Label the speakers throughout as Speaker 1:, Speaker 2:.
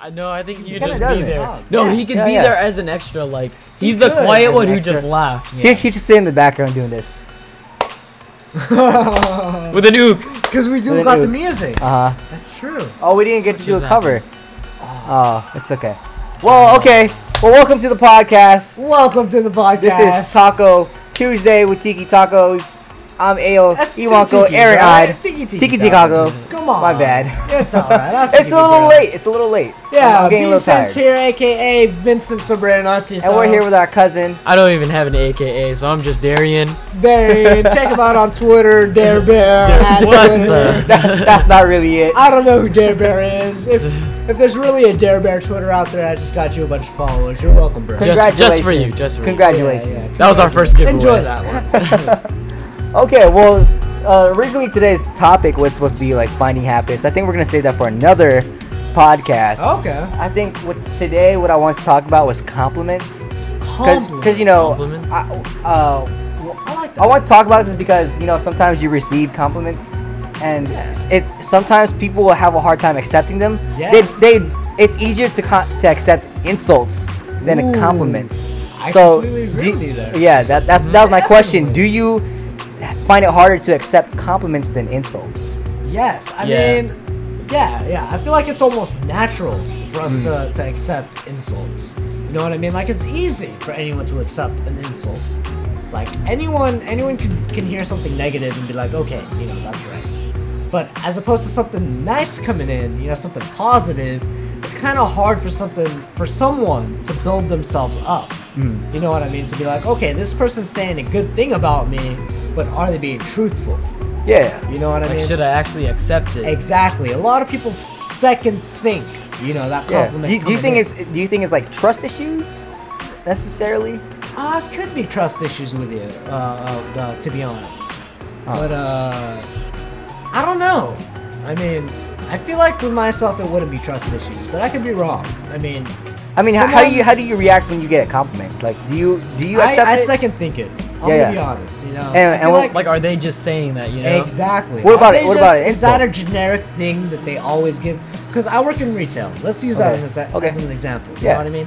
Speaker 1: I know. I think you
Speaker 2: kinda
Speaker 1: just
Speaker 2: does
Speaker 1: be
Speaker 2: it.
Speaker 1: there. No,
Speaker 2: Yeah,
Speaker 1: he can
Speaker 2: yeah,
Speaker 1: be
Speaker 2: yeah.
Speaker 1: there as an extra. Like
Speaker 2: He
Speaker 1: he's the
Speaker 2: could
Speaker 1: quiet
Speaker 2: as
Speaker 1: one
Speaker 2: an
Speaker 1: who just
Speaker 2: extra.
Speaker 1: laughs
Speaker 2: See, he just sit in the background doing this.
Speaker 1: with a nuke.
Speaker 3: Because we do
Speaker 2: With
Speaker 3: got
Speaker 2: you.
Speaker 3: the music.
Speaker 2: Uh huh.
Speaker 3: That's true.
Speaker 2: Oh, we didn't get to
Speaker 1: Which
Speaker 2: do a
Speaker 1: is
Speaker 2: cover. Oh, it's okay. Well, okay. Well, welcome to the podcast.
Speaker 3: Welcome to the podcast.
Speaker 2: This is Taco Tuesday with Tiki Tacos. I'm Ayo
Speaker 3: That's too
Speaker 2: Iwanko
Speaker 3: tiki,
Speaker 2: Aaron
Speaker 3: bro.
Speaker 2: Eyed.
Speaker 3: Tiki tiki.
Speaker 2: Tiki
Speaker 3: taco.
Speaker 2: Tikago.
Speaker 3: Come on.
Speaker 2: My bad.
Speaker 3: It's all right. I
Speaker 2: It's
Speaker 3: figured
Speaker 2: a little
Speaker 3: it out.
Speaker 2: late. It's a little late.
Speaker 3: Yeah,
Speaker 2: I'm getting a little tired.
Speaker 3: Vincent's here, aka Vincent Sobranos.
Speaker 2: And we're here with our cousin.
Speaker 1: I don't even have an AKA, so I'm just Darian.
Speaker 3: Dare. Check him out on Twitter, Dare Bear.
Speaker 1: Dare-
Speaker 3: at
Speaker 1: what
Speaker 3: Twitter.
Speaker 1: the-
Speaker 2: That- that's not really it.
Speaker 3: I don't know who Dare Bear is. If if there's really a Dare Bear Twitter out there, I just got you a bunch of followers. You're welcome, bro.
Speaker 1: Just- just for you,
Speaker 2: Congratulations.
Speaker 1: just for you.
Speaker 2: Congratulations.
Speaker 3: Yeah, yeah.
Speaker 1: That was our first giveaway.
Speaker 3: Enjoy that one.
Speaker 2: Okay, well, uh, originally today's topic was supposed to be like finding happiness. I think we're gonna save that for another podcast.
Speaker 3: okay.
Speaker 2: I think what today what I want to talk about was compliments, because you know,
Speaker 1: Compliments?
Speaker 2: I, uh,
Speaker 3: I like
Speaker 2: I want to talk about this because you know sometimes you receive compliments, and
Speaker 3: Yes.
Speaker 2: it's sometimes people will have a hard time accepting them.
Speaker 3: Yes.
Speaker 2: They, they it's easier to con- to accept insults than
Speaker 3: Ooh.
Speaker 2: compliments.
Speaker 3: I
Speaker 2: so
Speaker 3: completely agree
Speaker 2: do-
Speaker 3: with you there.
Speaker 2: yeah, that that's, that was my question. Do
Speaker 3: Definitely.
Speaker 2: you find it harder to accept compliments than insults?
Speaker 3: Yes, I
Speaker 1: Yeah.
Speaker 3: mean, yeah, yeah. I feel like it's almost natural for us
Speaker 1: Mm.
Speaker 3: to, to accept insults. You know what I mean? Like it's easy for anyone to accept an insult. Like anyone, anyone can, can hear something negative and be like, okay, you know, that's right. But as opposed to something nice coming in, you know, something positive, it's kind of hard for something for someone to build themselves up.
Speaker 1: Mm.
Speaker 3: You know what I mean? To be like, okay, this person's saying a good thing about me, but are they being truthful?
Speaker 2: Yeah.
Speaker 3: You know what I
Speaker 1: Like,
Speaker 3: mean?
Speaker 1: should I actually accept it?
Speaker 3: Exactly. A lot of people second think, you know, that
Speaker 2: Yeah.
Speaker 3: compliment.
Speaker 2: Do, you- do you
Speaker 3: coming
Speaker 2: think
Speaker 3: in.
Speaker 2: it's do you think it's like trust issues necessarily?
Speaker 3: Uh, could be trust issues with you, uh, uh, uh, to be honest.
Speaker 2: Oh.
Speaker 3: But, uh, I don't know. I mean, I feel like with myself it wouldn't be trust issues, but I could be wrong. I mean,
Speaker 2: I mean, how, how do
Speaker 3: someone-
Speaker 2: you how do you react when you get a compliment? Like, do you do you accept
Speaker 3: I, I
Speaker 2: it?
Speaker 3: second think it. I'm
Speaker 2: Yeah,
Speaker 3: gonna be
Speaker 2: yeah.
Speaker 3: honest, you know.
Speaker 2: And-
Speaker 3: I
Speaker 2: and
Speaker 3: feel
Speaker 2: what-
Speaker 1: Like, are they just saying that? You know.
Speaker 3: Exactly.
Speaker 2: What about
Speaker 3: Are
Speaker 2: it-
Speaker 3: they
Speaker 2: what about
Speaker 3: just-
Speaker 2: an
Speaker 3: Is that a
Speaker 2: insult?
Speaker 3: generic thing that they always give? Because I work in retail. Let's use that
Speaker 2: Okay.
Speaker 3: as, a,
Speaker 2: Okay.
Speaker 3: as an example. You
Speaker 2: Yeah.
Speaker 3: know what I mean?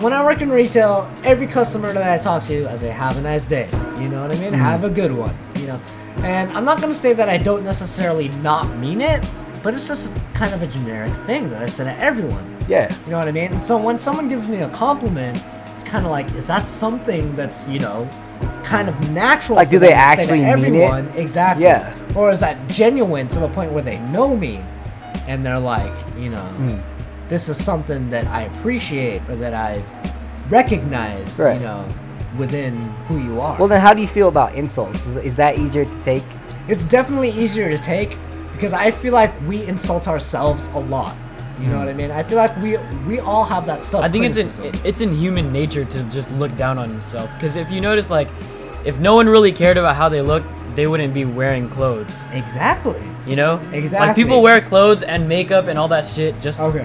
Speaker 3: When I work in retail, every customer that I talk to, I say, "Have a nice day." You know what I mean?
Speaker 2: Mm-hmm.
Speaker 3: Have a good one. You know. And I'm not gonna say that I don't necessarily not mean it, but it's just kind of a generic thing that I say to everyone.
Speaker 2: Yeah.
Speaker 3: You know what I mean? And so when someone gives me a compliment, it's kind of like, is that something that's, you know, kind of natural?
Speaker 2: Like, do
Speaker 3: for
Speaker 2: they
Speaker 3: them to say to
Speaker 2: actually mean it?
Speaker 3: everyone? Exactly.
Speaker 2: Yeah.
Speaker 3: Or is that genuine to the point where they know me and they're like, you know,
Speaker 2: Hmm.
Speaker 3: this is something that I appreciate or that I've recognized,
Speaker 2: Right.
Speaker 3: you know, within who you are?
Speaker 2: Well, then how do you feel about insults? Is, is that easier to take?
Speaker 3: it's definitely easier to take because I feel like we insult ourselves a lot. You
Speaker 2: Hmm.
Speaker 3: know what I mean? I feel like we we all have that self.
Speaker 1: I think it's in, it's in human nature to just look down on yourself. Because if you notice, like, if no one really cared about how they looked, they wouldn't be wearing clothes.
Speaker 3: Exactly.
Speaker 1: You know?
Speaker 3: Exactly.
Speaker 1: Like people wear clothes and makeup and all that shit, just
Speaker 2: Oh,
Speaker 3: Okay.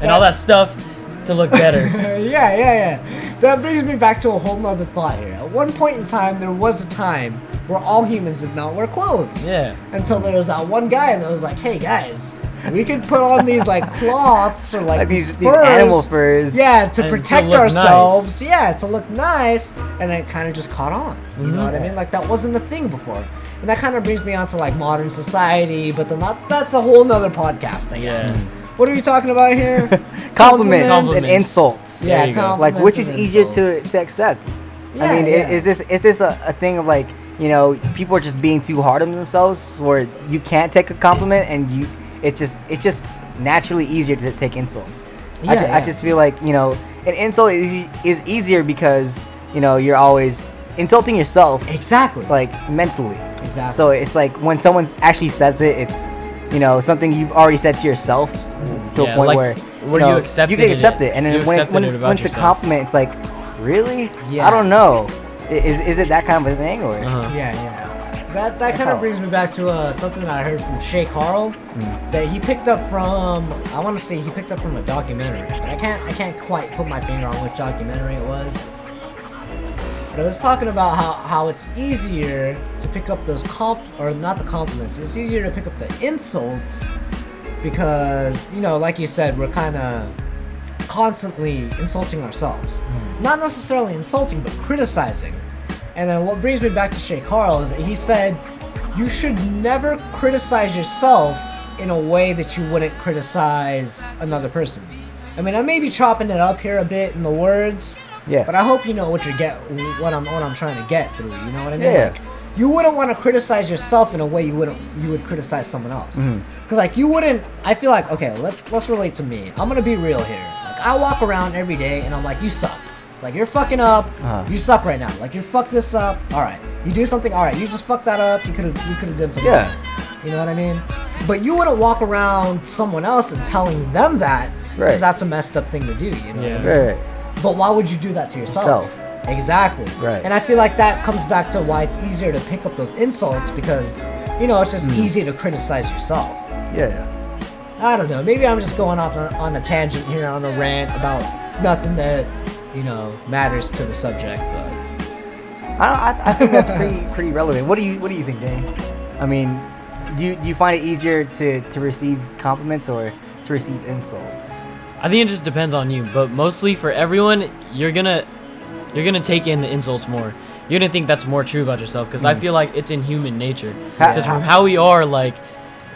Speaker 1: and all that stuff to look better.
Speaker 3: yeah, yeah, yeah. That brings me back to a whole nother thought here. At one point in time, there was a time where all humans did not wear clothes.
Speaker 1: Yeah.
Speaker 3: Until there was that one guy that was like, "Hey guys, we could put on these like cloths or like,
Speaker 2: Like
Speaker 3: these,
Speaker 2: these- these animal furs.
Speaker 3: Yeah, to
Speaker 1: And to
Speaker 3: protect
Speaker 1: look
Speaker 3: ourselves. Yeah, to look nice, and it kind of just caught on. You know what I mean? Like that wasn't a thing before, and that kind of brings me on to like modern society. But then that, that's a whole nother podcast, I
Speaker 1: Yeah.
Speaker 3: guess. What are we talking about here?
Speaker 2: Compliments,
Speaker 1: Compliments.
Speaker 2: and insults.
Speaker 1: There
Speaker 3: Yeah,
Speaker 1: you go.
Speaker 2: Like, which is easier to,
Speaker 3: compliments
Speaker 2: to accept?
Speaker 3: Yeah,
Speaker 2: I mean, i
Speaker 3: yeah.
Speaker 2: is this is this a, a thing of like you know people are just being too hard on themselves, where you can't take a compliment and you it's just it's just naturally easier to take insults. I,
Speaker 3: Yeah,
Speaker 2: ju-
Speaker 3: yeah.
Speaker 2: I just feel like you know an insult is e- is easier because you know you're always insulting yourself
Speaker 3: and Exactly.
Speaker 2: like mentally.
Speaker 3: Exactly.
Speaker 2: So it's like when someone actually says it, it's you know something you've already said to yourself to
Speaker 1: Yeah,
Speaker 2: a point
Speaker 1: like,
Speaker 2: where
Speaker 1: where you
Speaker 2: know, you
Speaker 1: accepted
Speaker 2: can
Speaker 1: it.
Speaker 2: accept it, and
Speaker 1: You
Speaker 2: then when,
Speaker 1: accepted
Speaker 2: when,
Speaker 1: it
Speaker 2: it's,
Speaker 1: about
Speaker 2: when it's a
Speaker 1: yourself.
Speaker 2: compliment, it's like, really?
Speaker 3: Yeah.
Speaker 2: I don't know. I- Is is it that kind of a thing or?
Speaker 1: Uh-huh.
Speaker 3: yeah, yeah. That that kind
Speaker 2: how-
Speaker 3: of brings me back to uh, something that I heard from Shay Carl that he picked up from. I want to say he picked up from a documentary, but I can't I can't quite put my finger on which documentary it was. But I was talking about how, how it's easier to pick up those comp or not the compliments. It's easier to pick up the insults because you know, like you said, we're kind of constantly insulting ourselves,
Speaker 2: Hmm.
Speaker 3: not necessarily insulting, but criticizing. And then what brings me back to Shay Carl is that he said, you should never criticize yourself in a way that you wouldn't criticize another person. I mean, I may be chopping it up here a bit in the words,
Speaker 2: Yeah.
Speaker 3: but I hope you know what you get, what I'm, what I'm trying to get through. You know what I mean?
Speaker 2: Yeah.
Speaker 3: Like, you wouldn't want to criticize yourself in a way you wouldn't you would criticize someone else
Speaker 2: Mm-hmm.
Speaker 3: because like you wouldn't i feel like okay let's let's relate to me i'm gonna be real here like i walk around every day and i'm like you suck like you're fucking up
Speaker 2: Uh-huh.
Speaker 3: you suck right now like you fuck this up all right you do something all right you just fuck that up you could have you could have done something
Speaker 2: Yeah.
Speaker 3: better. you know what i mean but you wouldn't walk around someone else and telling them that
Speaker 2: Right.
Speaker 3: that's a messed up thing to do you know what I
Speaker 1: Yeah.
Speaker 3: mean?
Speaker 2: Right.
Speaker 3: But why would you do that to yourself?
Speaker 2: Self.
Speaker 3: Exactly.
Speaker 2: Right.
Speaker 3: And I feel like that comes back to why it's easier to pick up those insults because, you know, it's just
Speaker 2: Mm.
Speaker 3: easy to criticize yourself.
Speaker 2: Yeah.
Speaker 3: I don't know. Maybe I'm just going off on, on a tangent here, on a rant about nothing that, you know, matters to the subject. But
Speaker 2: I, don't, I, I think that's pretty pretty relevant. What do you What do you think, Danny? I mean, do you, do you find it easier to to receive compliments or to receive insults?
Speaker 1: I think it just depends on you, but mostly for everyone, you're gonna you're gonna take in the insults more. You're gonna think that's more true about yourself because I feel like it's in human nature.
Speaker 2: Mm. Ha-
Speaker 1: Because from how we are, like,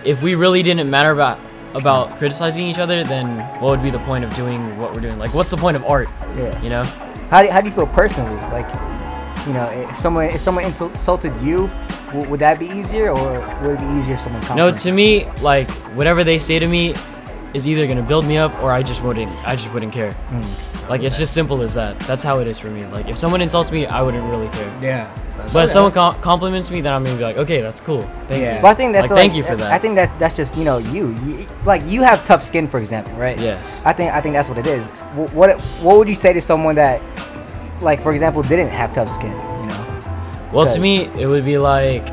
Speaker 1: if we really didn't matter about about criticizing each other, then what would be the point of doing what we're doing? Like, what's the point of art?
Speaker 2: Yeah.
Speaker 1: You know?
Speaker 2: How do, how do you feel personally? Like, you know, if someone if someone insul- insulted you, w- would that be easier, or would it be easier if someone
Speaker 1: No,
Speaker 2: complimented?
Speaker 1: to me, like whatever they say to me is either gonna build me up or I just wouldn't. I just wouldn't care.
Speaker 2: Mm.
Speaker 1: Like it's just simple as that. That's how it is for me. Like if someone insults me, I wouldn't really care.
Speaker 3: yeah.
Speaker 1: But if someone com- compliments me, then I'm gonna be like, okay, that's cool. Thank
Speaker 3: Yeah.
Speaker 1: you.
Speaker 2: But I think that's
Speaker 1: Like, thank you for that.
Speaker 2: I think that that's just you know you, you like you have tough skin, for example, right?
Speaker 1: Yes.
Speaker 2: I think I think that's what it is. Wh- What what would you say to someone that, like for example, didn't have tough skin? You know.
Speaker 1: Well,
Speaker 2: Does.
Speaker 1: to me, it would be like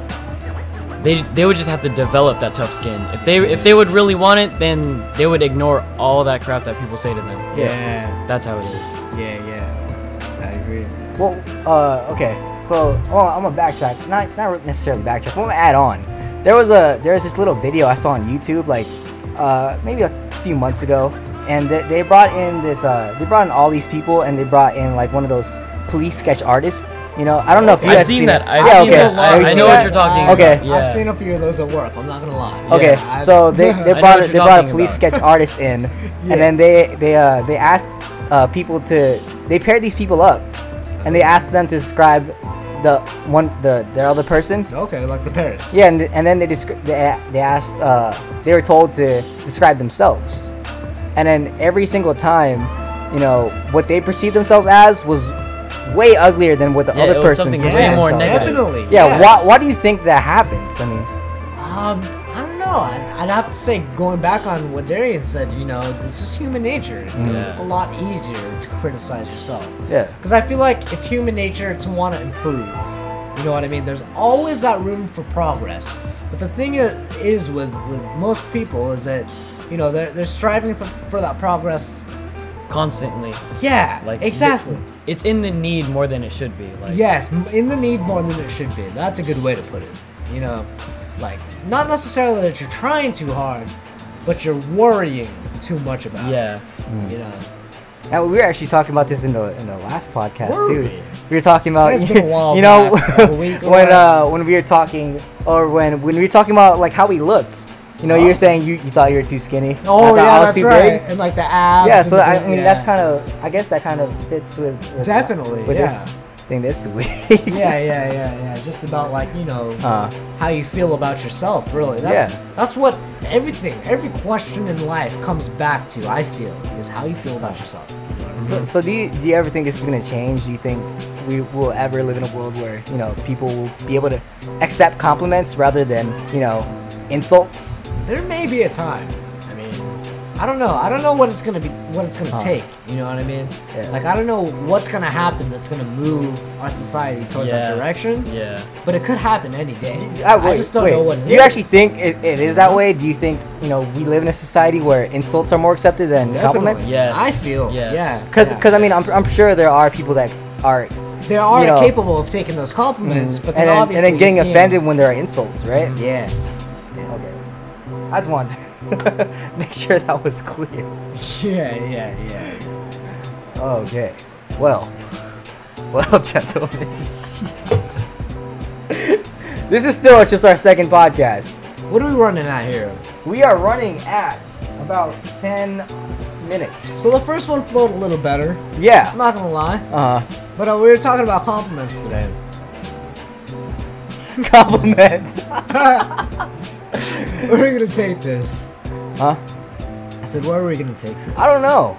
Speaker 1: they they would just have to develop that tough skin. If they if they would really want it, then they would ignore all that crap that people say to them.
Speaker 3: Yeah.
Speaker 1: That's how it is.
Speaker 3: Yeah, yeah. I agree.
Speaker 2: Well, uh, okay. So, well, I'm gonna backtrack. Not not really necessarily backtrack. But I'm gonna add on. There was a there was this little video I saw on YouTube, like uh, maybe a few months ago, and they, they brought in this. Uh, they brought in all these people, and they brought in like one of those police sketch artists. You know, I don't know if you
Speaker 1: I've
Speaker 2: guys
Speaker 1: seen
Speaker 2: seen
Speaker 1: that.
Speaker 2: it.
Speaker 1: I've
Speaker 2: Yeah,
Speaker 1: seen
Speaker 2: okay.
Speaker 1: it a lot.
Speaker 2: Have you
Speaker 1: I
Speaker 2: seen
Speaker 1: know
Speaker 2: that?
Speaker 1: what you're talking
Speaker 2: Okay.
Speaker 1: about. Yeah.
Speaker 3: I've seen a few of those at work. I'm not gonna lie.
Speaker 2: Okay,
Speaker 3: Yeah, I've-
Speaker 2: so they,
Speaker 3: I
Speaker 2: they
Speaker 1: know
Speaker 2: brought
Speaker 1: what
Speaker 2: a-
Speaker 1: you're
Speaker 2: they brought a
Speaker 1: talking
Speaker 2: police
Speaker 1: about.
Speaker 2: sketch artist in,
Speaker 3: Yeah.
Speaker 2: and then they they uh, they asked uh, people to they paired these people up, and they asked them to describe the one the their other person.
Speaker 3: okay, like the Paris.
Speaker 2: Yeah, and, and then they descri- they, they asked uh, they were told to describe themselves, and then every single time, you know what they perceived themselves as was way uglier than what the
Speaker 1: Yeah,
Speaker 2: other
Speaker 1: it was
Speaker 2: person
Speaker 1: something
Speaker 2: perceived
Speaker 1: way more
Speaker 2: themselves as.
Speaker 1: negative.
Speaker 3: Definitely.
Speaker 2: Yeah,
Speaker 3: yes.
Speaker 2: why, why do you think that happens? I mean,
Speaker 3: Um, I don't know. I'd, I'd have to say, going back on what Darian said, you know, it's just human nature. You know,
Speaker 1: Yeah.
Speaker 3: It's a lot easier to criticize yourself.
Speaker 2: yeah,
Speaker 3: Because I feel like it's human nature to want to improve. You know what I mean? There's always that room for progress. But the thing i- is with, with most people is that, you know, they're, they're striving for, for that progress.
Speaker 1: Constantly.
Speaker 3: Yeah,
Speaker 1: Like the-
Speaker 3: exactly.
Speaker 1: it's in the need more than it should be. Like
Speaker 3: Yes, m- in the need more than it should be. That's a good way to put it. You know, like not necessarily that you're trying too hard, but you're worrying too much about
Speaker 1: Yeah.
Speaker 3: it. You
Speaker 2: Mm.
Speaker 3: know,
Speaker 2: And we were actually talking about this in the in the last podcast
Speaker 3: Were
Speaker 2: too.
Speaker 3: we?
Speaker 2: We were talking about
Speaker 3: It's been a while
Speaker 2: you know
Speaker 3: back, like a week or
Speaker 2: when uh,
Speaker 3: whatever.
Speaker 2: when we were talking or when when we were talking about like how we looked. You know, you were saying you, you thought you were too skinny. I
Speaker 3: oh
Speaker 2: thought
Speaker 3: yeah,
Speaker 2: I was
Speaker 3: that's
Speaker 2: too
Speaker 3: right.
Speaker 2: big.
Speaker 3: And like the abs.
Speaker 2: Yeah,
Speaker 3: and
Speaker 2: so
Speaker 3: the
Speaker 2: I
Speaker 3: big-
Speaker 2: mean
Speaker 3: yeah.
Speaker 2: that's kind of I guess that kind of fits with, with
Speaker 3: Definitely,
Speaker 2: with this thing this week.
Speaker 3: yeah,
Speaker 2: yeah.
Speaker 3: yeah, yeah, yeah. Just about like you know
Speaker 2: Uh.
Speaker 3: how you feel about yourself, really. That's
Speaker 2: Yeah.
Speaker 3: that's what everything, every question in life comes back to. I feel is how you feel about yourself.
Speaker 2: So, so do you do you ever think this is gonna change? Do you think we will ever live in a world where you know people will be able to accept compliments rather than you know insults?
Speaker 3: there may be a time. I mean, I don't know. I don't know what it's gonna be, what it's gonna take. You know what I mean?
Speaker 2: Yeah.
Speaker 3: Like I don't know what's gonna happen that's gonna move our society towards that
Speaker 1: Yeah.
Speaker 3: direction.
Speaker 1: Yeah.
Speaker 3: But it could happen any day.
Speaker 2: I,
Speaker 3: I
Speaker 2: Ah, uh, wait,
Speaker 3: just don't
Speaker 2: wait.
Speaker 3: know what. it
Speaker 2: Do you actually
Speaker 3: is.
Speaker 2: think it, it is that way? Do you think you know we live in a society where insults are more accepted than
Speaker 3: Definitely.
Speaker 2: compliments?
Speaker 1: Yeah. Yes.
Speaker 3: I feel.
Speaker 1: Yes.
Speaker 3: Yeah.
Speaker 2: Because
Speaker 3: yeah.
Speaker 2: I mean I'm, I'm sure there are people that are
Speaker 3: they are
Speaker 2: you know- Mm-hmm.
Speaker 3: capable of taking those compliments, but then
Speaker 2: and then, and
Speaker 3: obviously
Speaker 2: then getting
Speaker 3: you see 'em-
Speaker 2: offended when there are insults, right?
Speaker 3: Yes. yes.
Speaker 2: Okay. I just want. Make sure that was clear.
Speaker 3: Yeah, yeah, yeah.
Speaker 2: Okay. Well. Well, gentlemen. this is still just our second podcast.
Speaker 3: What are we running at here?
Speaker 2: We are running at about 10 minutes.
Speaker 3: So the first one flowed a little better. I'm
Speaker 2: Yeah.
Speaker 3: not gonna lie.
Speaker 2: Uh,
Speaker 3: But uh, we were talking about compliments today.
Speaker 2: compliments.
Speaker 3: Where are we gonna take this?
Speaker 2: Huh?
Speaker 3: I said, where are we gonna take this?
Speaker 2: I don't know.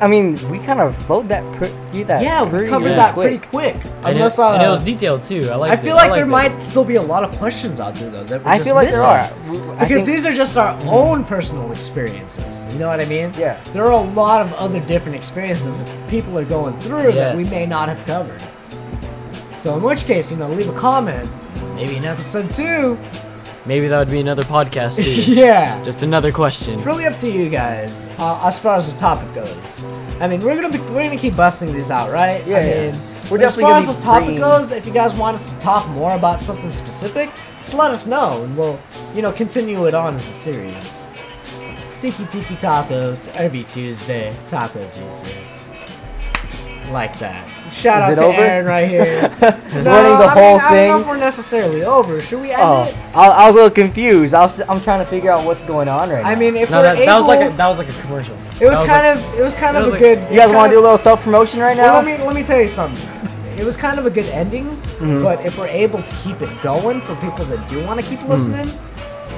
Speaker 2: I mean, we kind of flowed that pr- through that.
Speaker 3: Yeah, we
Speaker 2: pretty
Speaker 3: covered
Speaker 1: yeah.
Speaker 3: that
Speaker 2: quick.
Speaker 3: pretty quick.
Speaker 1: And,
Speaker 3: Unless
Speaker 1: it,
Speaker 3: uh,
Speaker 1: and it was detailed too. I like.
Speaker 3: I feel like there might still be a lot of questions out there though. That we're
Speaker 2: I
Speaker 3: just
Speaker 2: feel like there
Speaker 3: missing.
Speaker 2: are. W- I
Speaker 3: Because
Speaker 2: think-
Speaker 3: these are just our own personal experiences. You know what I mean?
Speaker 2: Yeah.
Speaker 3: There are a lot of other different experiences that people are going through that we
Speaker 1: Yes.
Speaker 3: may not have covered. So in which case, you know, leave a comment. Maybe in episode two.
Speaker 1: Maybe that would be another podcast too.
Speaker 3: yeah.
Speaker 1: Just another question.
Speaker 3: It's really up to you guys uh, as far as the topic goes. I mean, we're gonna be, we're gonna keep busting these out, right?
Speaker 2: Yeah,
Speaker 3: I
Speaker 2: yeah.
Speaker 3: mean,
Speaker 2: We're
Speaker 3: as
Speaker 2: definitely
Speaker 3: far
Speaker 2: gonna
Speaker 3: as
Speaker 2: be
Speaker 3: the topic
Speaker 2: bringing-
Speaker 3: goes, if you guys want us to talk more about something specific, just let us know, and we'll you know continue it on as a series. Tiki Tiki Tacos every Tuesday, Taco Jesus. Like that. Shout
Speaker 2: Is
Speaker 3: out
Speaker 2: it
Speaker 3: to
Speaker 2: over?
Speaker 3: Aaron right here. No,
Speaker 2: Running the
Speaker 3: I mean,
Speaker 2: whole
Speaker 3: I don't know
Speaker 2: thing?
Speaker 3: if we're necessarily over. Should we end
Speaker 2: Oh,
Speaker 3: it?
Speaker 2: I, I was a little confused. I was, I'm trying to figure out what's going on right now.
Speaker 3: I mean, if
Speaker 1: No,
Speaker 3: we're
Speaker 1: that,
Speaker 3: able,
Speaker 1: that was like a, that was like a commercial.
Speaker 3: It was kind of it was kind
Speaker 1: it
Speaker 3: of
Speaker 1: was
Speaker 3: a
Speaker 1: like-
Speaker 3: good.
Speaker 2: you guys want to do a little self promotion right now?
Speaker 3: Well, let me let me tell you something. It was kind of a good ending,
Speaker 2: Mm-hmm.
Speaker 3: but if we're able to keep it going for people that do want to
Speaker 2: Mm-hmm.
Speaker 3: keep listening,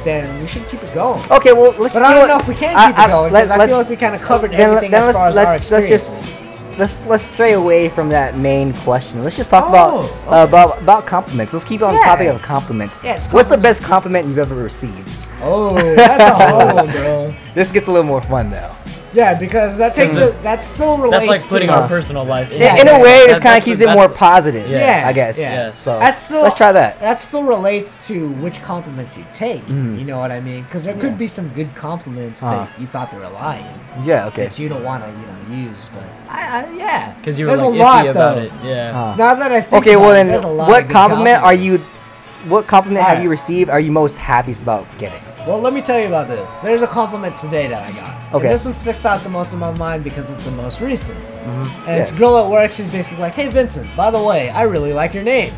Speaker 3: then we should keep it going.
Speaker 2: okay, well, let's.
Speaker 3: But
Speaker 2: you
Speaker 3: I don't
Speaker 2: what?
Speaker 3: know if we can
Speaker 2: I-
Speaker 3: keep
Speaker 2: I-
Speaker 3: it going
Speaker 2: let-
Speaker 3: because I feel like
Speaker 2: let's-
Speaker 3: we kind of covered
Speaker 2: then,
Speaker 3: everything
Speaker 2: then
Speaker 3: as
Speaker 2: let's
Speaker 3: far as our
Speaker 2: let's let's
Speaker 3: experiences.
Speaker 2: just let's let's stray away from that main question. Let's just talk
Speaker 3: Oh,
Speaker 2: about uh, about about compliments. Let's keep on
Speaker 3: Yeah.
Speaker 2: the topic of compliments.
Speaker 3: Yeah, it's
Speaker 2: What's the best compliment you've ever received?
Speaker 3: oh, that's a hard one, bro.
Speaker 2: This gets a little more fun though.
Speaker 3: Yeah, because that takes a,
Speaker 2: Mm-hmm.
Speaker 3: that still relates.
Speaker 1: That's like putting
Speaker 3: to,
Speaker 1: our
Speaker 2: uh,
Speaker 1: personal life.
Speaker 2: In- in
Speaker 1: Yes, that-
Speaker 2: a way, this kind of
Speaker 1: that's-
Speaker 2: keeps it
Speaker 1: that's-
Speaker 2: more positive.
Speaker 1: Yes.
Speaker 2: I guess.
Speaker 1: Yes.
Speaker 2: So
Speaker 3: That's still
Speaker 2: let's try that. Mm-hmm.
Speaker 3: That still relates to which compliments you take. You know what I mean? Because there could be some good compliments
Speaker 2: Uh-huh.
Speaker 3: that you thought they were lying.
Speaker 2: Yeah. Okay.
Speaker 3: that you don't want to you know use but I, I, yeah
Speaker 1: Because you were
Speaker 3: There's
Speaker 1: like
Speaker 3: a lot,
Speaker 1: iffy about
Speaker 3: though.
Speaker 1: it. Yeah.
Speaker 2: Uh,
Speaker 3: now that i think
Speaker 2: Okay.
Speaker 3: about
Speaker 2: Well
Speaker 3: it,
Speaker 2: then,
Speaker 3: there's a lot of
Speaker 2: what
Speaker 3: good
Speaker 2: compliment are you?
Speaker 3: compliments.
Speaker 2: What compliment have
Speaker 3: Alright.
Speaker 2: you received? Are you most happiest about getting?
Speaker 3: well let me tell you about this there's a compliment today that i got And
Speaker 2: Okay.
Speaker 3: this one sticks out the most in my mind because it's the most recent and this
Speaker 2: Mm-hmm. Yeah.
Speaker 3: girl at work she's basically like hey vincent by the way i really like your name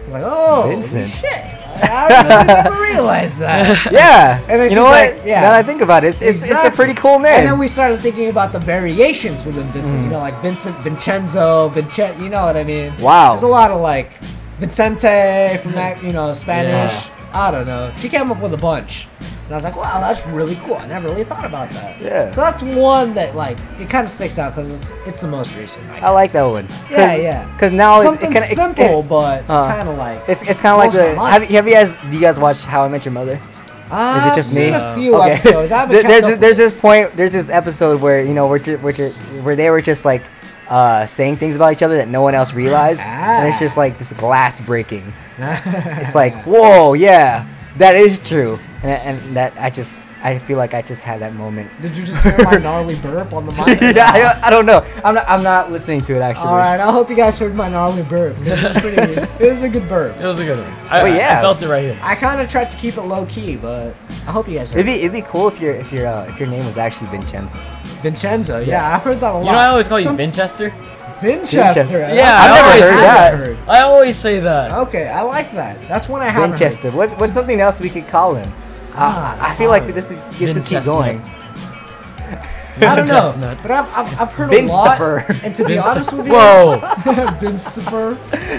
Speaker 3: i was like oh
Speaker 2: Vincent.
Speaker 3: shit i really never realized that
Speaker 2: Yeah.
Speaker 3: And then
Speaker 2: you know
Speaker 3: she's
Speaker 2: what?
Speaker 3: like, yeah.
Speaker 2: Now that I think about it, it's, it's, it's a
Speaker 3: Exactly.
Speaker 2: pretty cool name. Mm.
Speaker 3: And then we started thinking about the variations within Vincent. You know, like Vincent, Vincenzo, Vincent. You know what I mean?
Speaker 2: Wow.
Speaker 3: There's a lot of like Vicente from that. You know, Spanish. I don't know. She came up with a bunch, and I was like, wow, that's really cool. I never really thought about that.
Speaker 2: Yeah.
Speaker 3: So that's one that like it kind of sticks out because it's it's the most recent.
Speaker 2: I like
Speaker 3: guess.
Speaker 2: that one.
Speaker 3: Yeah, yeah.
Speaker 2: Because now it-
Speaker 3: Something
Speaker 2: it, kinda- it,
Speaker 3: simple,
Speaker 2: it-
Speaker 3: but
Speaker 2: uh,
Speaker 3: kind of like
Speaker 2: it's it's kind of like
Speaker 3: blows my
Speaker 2: the.
Speaker 3: mind.
Speaker 2: Have, you- have you guys? Do you guys watch How I Met Your Mother?
Speaker 3: "Ah, I've
Speaker 2: just
Speaker 3: seen
Speaker 2: me?
Speaker 3: a few episodes. I haven't
Speaker 2: There-
Speaker 3: kept
Speaker 2: there's
Speaker 3: up
Speaker 2: this,
Speaker 3: with
Speaker 2: there's this point. There's this episode where you know we're ju- we're ju- where they were just like uh, saying things about each other that no one else realized, and it's
Speaker 3: Ah.
Speaker 2: just like this glass breaking. It's like whoa, yeah, that is true, and, and that I just I feel like I just had that moment.
Speaker 3: Did you just hear my gnarly burp on the mic?
Speaker 2: yeah, I don't, I don't know. I'm not I'm not listening to it actually.
Speaker 3: All right, I hope you guys heard my gnarly burp. It was, pretty, it was a good burp.
Speaker 1: It was a good one. I,
Speaker 2: But
Speaker 1: I-
Speaker 2: yeah.
Speaker 1: I felt it right here.
Speaker 3: I kind of tried to keep it low key, but I hope you guys
Speaker 2: It'd
Speaker 3: heard.
Speaker 2: be it'd be cool if your if your uh, if your name was actually Vincenzo.
Speaker 3: Vincenzo, yeah, I've heard that a lot.
Speaker 1: You know, I always call you
Speaker 3: Some-
Speaker 1: Winchester.
Speaker 3: Vinchester.
Speaker 2: Vinchester.
Speaker 1: Yeah,
Speaker 3: that's
Speaker 1: I've
Speaker 3: what
Speaker 1: never
Speaker 3: I
Speaker 1: heard
Speaker 2: that.
Speaker 3: heard.
Speaker 1: I always say that.
Speaker 3: Okay, I like that. That's one I haven't. heard.
Speaker 2: Winchester. What, what's something else we could call him?
Speaker 3: Ah,
Speaker 2: Uh, I feel like this is gets to keep
Speaker 1: Vinchester.
Speaker 2: going.
Speaker 3: I don't know,
Speaker 1: Chestnut.
Speaker 3: but I've, I've, I've heard a lot.
Speaker 2: Vinstopper.
Speaker 3: And to be
Speaker 1: Vinst-
Speaker 3: honest with you,
Speaker 1: Whoa,
Speaker 3: Vinstopper.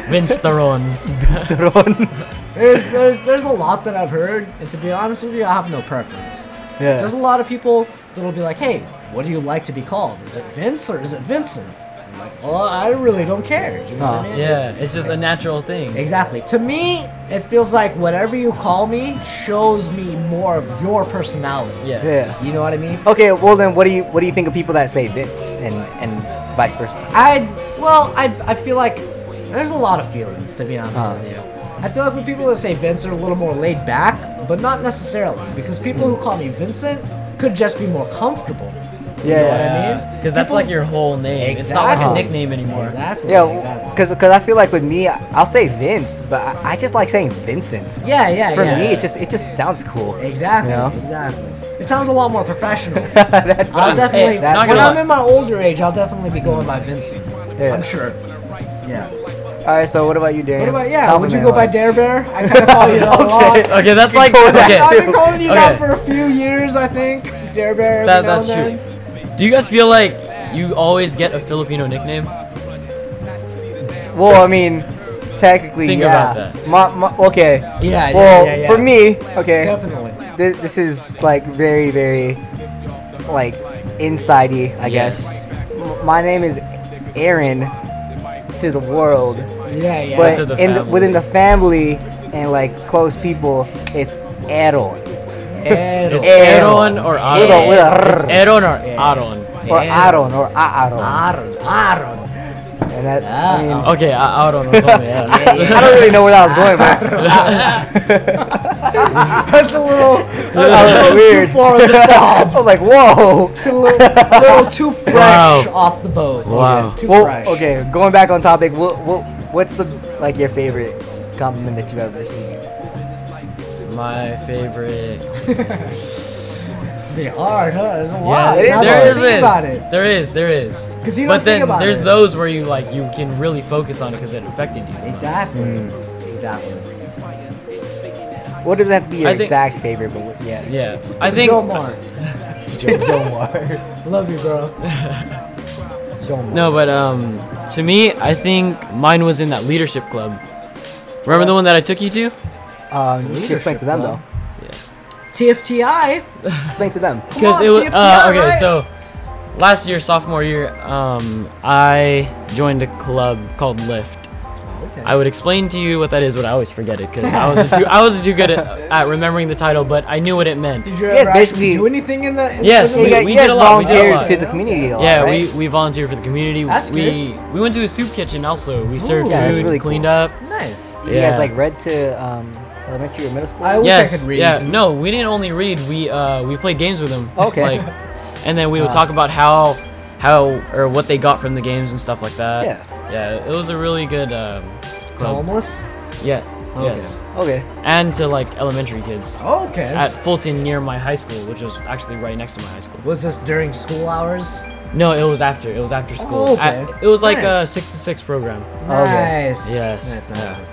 Speaker 1: Vinsteron.
Speaker 3: There's there's there's a lot that I've heard, and to be honest with you, I have no preference.
Speaker 2: Yeah.
Speaker 3: There's a lot of people that'll be like, "Hey, what do you like to be called? Is it Vince or is it Vincent?" I'm like, "Well, I really don't care." You know what
Speaker 2: Uh,
Speaker 3: I mean?
Speaker 1: Yeah, it's just a natural thing.
Speaker 3: Exactly. To me, it feels like whatever you call me shows me more of your personality.
Speaker 1: Yes.
Speaker 3: You know what I mean?
Speaker 2: Okay, well then, what do you what do you think of people that say Vince and and vice versa?
Speaker 3: I well, I I feel like there's a lot of feelings to be honest
Speaker 2: Uh.
Speaker 3: with you. I feel like with people that say Vince are a little more laid back, but not necessarily because people who call me Vincent could just be more comfortable. You know what
Speaker 1: Yeah,
Speaker 3: I mean?
Speaker 1: because that's like your whole name. It's not like a
Speaker 3: Exactly.
Speaker 1: nickname anymore.
Speaker 3: Exactly.
Speaker 2: Yeah,
Speaker 3: exactly.
Speaker 2: because because I feel like with me, I'll say Vince, but I, I just like saying Vincent.
Speaker 3: Yeah, yeah,
Speaker 2: For
Speaker 3: yeah.
Speaker 2: me, it just it just sounds cool.
Speaker 3: Exactly.
Speaker 2: You know?
Speaker 3: Exactly. It sounds a lot more professional.
Speaker 2: That's
Speaker 3: I'll
Speaker 1: Hey,
Speaker 3: definitely.
Speaker 2: not gonna
Speaker 3: when I'm
Speaker 1: lie.
Speaker 3: in my older age, I'll definitely be going by Vincent.
Speaker 2: Yeah.
Speaker 3: I'm sure. Yeah.
Speaker 2: all right. So what about you, Darren?
Speaker 3: What about yeah? Would you go by Dare Bear?
Speaker 2: Compliment-wise.
Speaker 3: I kind of call you that a lot.
Speaker 2: Okay.
Speaker 1: Okay, that's like
Speaker 2: Before that,
Speaker 1: okay.
Speaker 3: I've been calling you
Speaker 1: Okay.
Speaker 3: that for a few years, I think. Dare Bear. Every
Speaker 1: That-
Speaker 3: now
Speaker 1: that's
Speaker 3: and then.
Speaker 1: Do you guys feel like you always get a Filipino nickname?
Speaker 2: Well, I mean, technically,
Speaker 1: Think
Speaker 2: yeah.
Speaker 1: about that.
Speaker 2: My, my, okay.
Speaker 3: Yeah, yeah,
Speaker 2: Well,
Speaker 3: yeah, yeah.
Speaker 2: for me, okay.
Speaker 3: Definitely.
Speaker 2: Th- this is like very, very, like, insidey, I
Speaker 1: Yes.
Speaker 2: guess. M- my name is Aaron to the world,
Speaker 3: Yeah, yeah.
Speaker 2: but
Speaker 1: To the
Speaker 2: in the,
Speaker 1: family.
Speaker 2: within the family and like close people, it's Aaron
Speaker 1: It's Aaron
Speaker 3: Aaron.
Speaker 1: or
Speaker 2: With a-
Speaker 1: Aaron.
Speaker 2: with a
Speaker 1: It's
Speaker 2: rrr.
Speaker 1: Aaron or Aaron.
Speaker 2: or
Speaker 3: Aaron. Ah.
Speaker 2: Aaron or Aaron,
Speaker 3: Aaron. Aaron.
Speaker 2: and that.
Speaker 3: Ah,
Speaker 2: I mean,
Speaker 1: Okay, A- Aaron or something.
Speaker 2: I
Speaker 1: Yeah.
Speaker 2: don't really know where that was going, but
Speaker 3: That's a little,
Speaker 2: that was uh, weird. I was like, whoa.
Speaker 3: it's a little, little too fresh
Speaker 1: Wow.
Speaker 3: off the boat.
Speaker 1: Wow.
Speaker 3: Too
Speaker 2: Well,
Speaker 3: fresh.
Speaker 2: okay, going back on topic, what, what, what's the like your favorite compliment that you've ever received?
Speaker 1: My favorite.
Speaker 3: It's pretty hard, huh? There's a lot.
Speaker 2: it is
Speaker 3: Now that
Speaker 1: There
Speaker 3: you
Speaker 1: is,
Speaker 3: think about it.
Speaker 1: there is, there is.
Speaker 3: 'Cause you don't
Speaker 1: but
Speaker 3: think
Speaker 1: then
Speaker 3: about
Speaker 1: there's
Speaker 3: it.
Speaker 1: those where you like you can really focus on it because it affected you.
Speaker 3: Exactly.
Speaker 2: Hmm.
Speaker 3: Exactly.
Speaker 2: What does that have to be your
Speaker 1: I think-
Speaker 2: exact favorite? But what- yeah,
Speaker 1: Yeah, I think
Speaker 3: Joe Mar. Love you, bro.
Speaker 1: no, but um, to me, I think mine was in that leadership club. Remember the one that I took you to?
Speaker 2: Um, you should explain to them though.
Speaker 3: TFTI.
Speaker 2: Explain to them.
Speaker 1: Because
Speaker 3: on,
Speaker 1: it was
Speaker 3: TFTR,
Speaker 1: uh, okay.
Speaker 3: right?
Speaker 1: So last year, sophomore year, um, I joined a club called Lift.
Speaker 3: Okay.
Speaker 1: I would explain to you what that is, but I always forget it because I wasn't too I wasn't too good at, at remembering the title, but I knew what it meant.
Speaker 3: Did you
Speaker 2: Yes,
Speaker 3: ever actually
Speaker 2: basically-
Speaker 3: do anything in the? In
Speaker 1: Yes,
Speaker 3: the
Speaker 1: we-
Speaker 2: you guys,
Speaker 1: we
Speaker 2: you
Speaker 1: did
Speaker 2: guys
Speaker 1: a lot, we did a
Speaker 2: volunteer
Speaker 1: lot.
Speaker 2: to the community a lot,
Speaker 1: Yeah,
Speaker 2: right?
Speaker 1: we, we volunteer for the community.
Speaker 3: That's
Speaker 1: we we went to a soup kitchen also. We served
Speaker 3: Ooh. Yeah,
Speaker 1: food,
Speaker 2: that's really
Speaker 1: cleaned
Speaker 2: cool.
Speaker 1: up.
Speaker 3: Nice.
Speaker 2: you
Speaker 1: yeah.
Speaker 2: guys like read to um, elementary or middle school.
Speaker 3: I wish I
Speaker 1: yes,
Speaker 3: could read.
Speaker 1: yeah. No, we didn't only read. We uh we played games with them.
Speaker 2: Okay.
Speaker 1: Like, and then we
Speaker 3: Uh.
Speaker 1: would talk about how how or what they got from the games and stuff like that.
Speaker 2: Yeah.
Speaker 1: Yeah, it was a really good um, club.
Speaker 3: Homeless.
Speaker 1: Yeah.
Speaker 3: Okay.
Speaker 1: Yes.
Speaker 2: okay,
Speaker 1: And to like elementary kids
Speaker 3: Okay.
Speaker 1: at Fulton near my high school, which was actually right next to my high school.
Speaker 3: was this during school hours?
Speaker 1: No, it was after. It was after school.
Speaker 3: Oh, okay.
Speaker 1: At- it was like a
Speaker 3: Nice.
Speaker 1: six to six program.
Speaker 2: Okay.
Speaker 3: Nice.
Speaker 1: Yes,
Speaker 3: Nice,
Speaker 1: yeah.
Speaker 3: nice.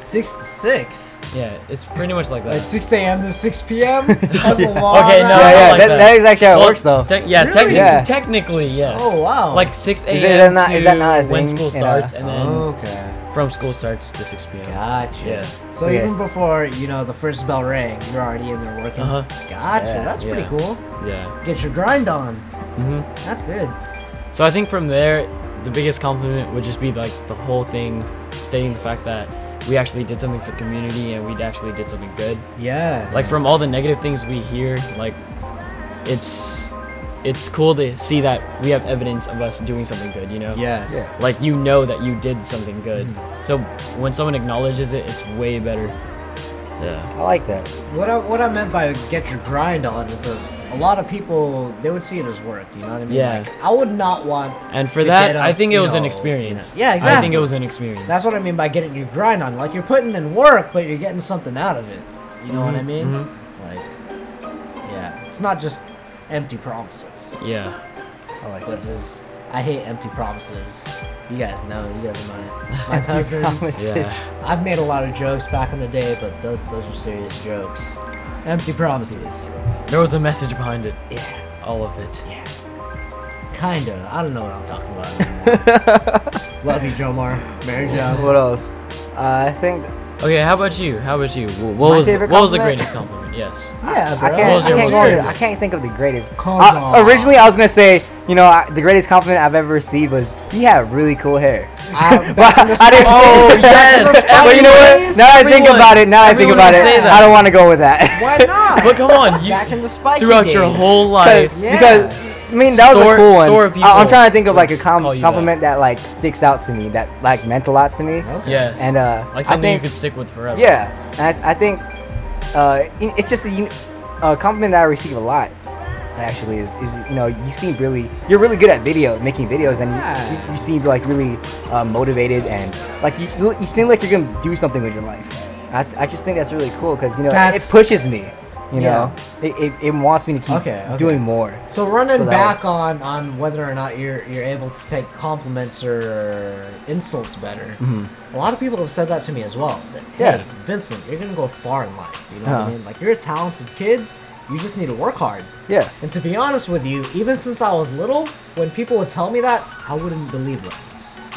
Speaker 3: Six to six.
Speaker 1: Yeah, it's pretty much like that.
Speaker 3: Like six a.m. to six p.m. That's a long
Speaker 1: Okay, no,
Speaker 3: hour.
Speaker 1: I
Speaker 2: yeah, yeah,
Speaker 1: like
Speaker 2: that,
Speaker 1: that.
Speaker 2: that is actually how it
Speaker 1: Well,
Speaker 2: works though.
Speaker 1: tec- yeah,
Speaker 3: Really?
Speaker 1: techni-
Speaker 2: Yeah.
Speaker 1: technically, yes.
Speaker 3: Oh, wow.
Speaker 1: Like 6
Speaker 2: Is
Speaker 1: a.m.
Speaker 2: it- is that not-
Speaker 1: to
Speaker 2: is that not a
Speaker 1: when
Speaker 2: thing
Speaker 1: school
Speaker 2: in, uh,
Speaker 1: starts, and then
Speaker 3: Oh. Okay.
Speaker 1: from school starts to 6 p.m.
Speaker 3: Gotcha.
Speaker 1: Yeah.
Speaker 3: So
Speaker 2: Okay.
Speaker 3: even before you know the first bell rang, you're already in there working.
Speaker 1: Uh-huh.
Speaker 3: Gotcha.
Speaker 2: Yeah.
Speaker 3: That's
Speaker 1: Yeah.
Speaker 3: pretty cool.
Speaker 1: Yeah.
Speaker 3: Get your grind on.
Speaker 1: hmm
Speaker 3: That's good.
Speaker 1: So I think from there, the biggest compliment would just be like the whole thing, stating the fact that we actually did something for the community and we actually did something good.
Speaker 3: Yeah.
Speaker 1: Like from all the negative things we hear, like it's it's cool to see that we have evidence of us doing something good. You know.
Speaker 3: Yes. Mm-hmm.
Speaker 2: Yeah.
Speaker 1: like you know that you did something good. So when someone acknowledges it, it's way better. Yeah.
Speaker 2: I like that.
Speaker 3: What I, what I meant by get your grind on is that a lot of people they would see it as work. You know what I mean?
Speaker 1: Yeah.
Speaker 3: Like, I would not want.
Speaker 1: And for
Speaker 3: to
Speaker 1: that,
Speaker 3: get
Speaker 1: I
Speaker 3: up,
Speaker 1: think it
Speaker 3: you
Speaker 1: was an
Speaker 3: know,
Speaker 1: experience.
Speaker 3: Yeah,
Speaker 1: I think
Speaker 3: exactly.
Speaker 1: it was an experience.
Speaker 3: That's what I mean by getting your grind on. Like you're putting in work, but you're getting something out of it. You know what
Speaker 1: Mm-hmm.
Speaker 3: I mean? Like, yeah, it's not just empty promises.
Speaker 1: yeah.
Speaker 2: I like
Speaker 3: Which
Speaker 2: that.
Speaker 3: is, I hate empty promises. You guys know. You guys are my my
Speaker 2: Empty
Speaker 3: cousins.
Speaker 2: promises.
Speaker 1: Yeah.
Speaker 3: I've made a lot of jokes back in the day, but those those are serious jokes. Empty promises.
Speaker 1: There was a message behind it.
Speaker 3: Yeah.
Speaker 1: All of it.
Speaker 3: Kinda. I don't know what I'm talking about. anymore. Love you, Jomar. Mary Jo.
Speaker 2: What else? Uh, I think
Speaker 1: Okay, how about you? How about you? Wh- What
Speaker 2: My
Speaker 1: was what
Speaker 2: favorite
Speaker 1: was the
Speaker 2: compliment?
Speaker 1: greatest compliment? Yes.
Speaker 3: Yeah,
Speaker 2: I
Speaker 1: What
Speaker 2: can't,
Speaker 1: was
Speaker 2: I
Speaker 1: your most
Speaker 2: can't, think of-
Speaker 1: favorite?
Speaker 2: I can't think of the greatest.
Speaker 3: Come
Speaker 2: I-
Speaker 3: on.
Speaker 2: originally, I was gonna say, you know, I, the greatest compliment I've ever received was you have really cool hair.
Speaker 3: I,
Speaker 2: But I didn't.
Speaker 1: Oh, yes,
Speaker 2: but you know what?
Speaker 1: everyone-
Speaker 2: Now that I think
Speaker 1: everyone-
Speaker 2: about it, now that I think
Speaker 1: everyone
Speaker 2: about
Speaker 1: would
Speaker 2: it,
Speaker 1: say that.
Speaker 2: I don't want to go with that.
Speaker 3: Why not?
Speaker 1: But come on, you
Speaker 3: Back in the spiky
Speaker 1: throughout your
Speaker 3: days.
Speaker 1: whole
Speaker 2: Because-
Speaker 1: life.
Speaker 3: Yeah.
Speaker 2: Because I mean that
Speaker 1: Store-
Speaker 2: was a cool
Speaker 1: store
Speaker 2: one.
Speaker 1: people
Speaker 2: I, am trying to think of like a
Speaker 1: call
Speaker 2: com-
Speaker 1: you
Speaker 2: compliment that. like sticks out to me that like meant a lot to me.
Speaker 3: Okay.
Speaker 1: Yes.
Speaker 2: And, uh, I
Speaker 1: like something
Speaker 2: think-
Speaker 1: you could stick with forever.
Speaker 2: Yeah, and I, I think uh, it- it's just a uni- uh, compliment that I receive a lot. actually is, is you know you seem really you're really good at video making videos and you-
Speaker 3: Yeah.
Speaker 2: you, you seem like really uh, motivated and like you, you you seem like you're gonna do something with your life. I, I just think that's really cool because you know
Speaker 3: That's-
Speaker 2: it pushes me. You
Speaker 3: Yeah.
Speaker 2: know, it, it, it wants me to keep
Speaker 3: Okay, okay.
Speaker 2: doing more.
Speaker 3: So running
Speaker 2: So that
Speaker 3: back
Speaker 2: was-
Speaker 3: on on whether or not you're you're able to take compliments or insults better. A lot of people have said that to me as well. That,
Speaker 2: Mm-hmm. Yeah.
Speaker 3: Hey, Vincent, you're gonna go far in life. You know what
Speaker 2: Uh-huh.
Speaker 3: I mean? Like you're a talented kid. You just need to work hard.
Speaker 2: Yeah.
Speaker 3: And to be honest with you, even since I was little, when people would tell me that, I wouldn't believe them.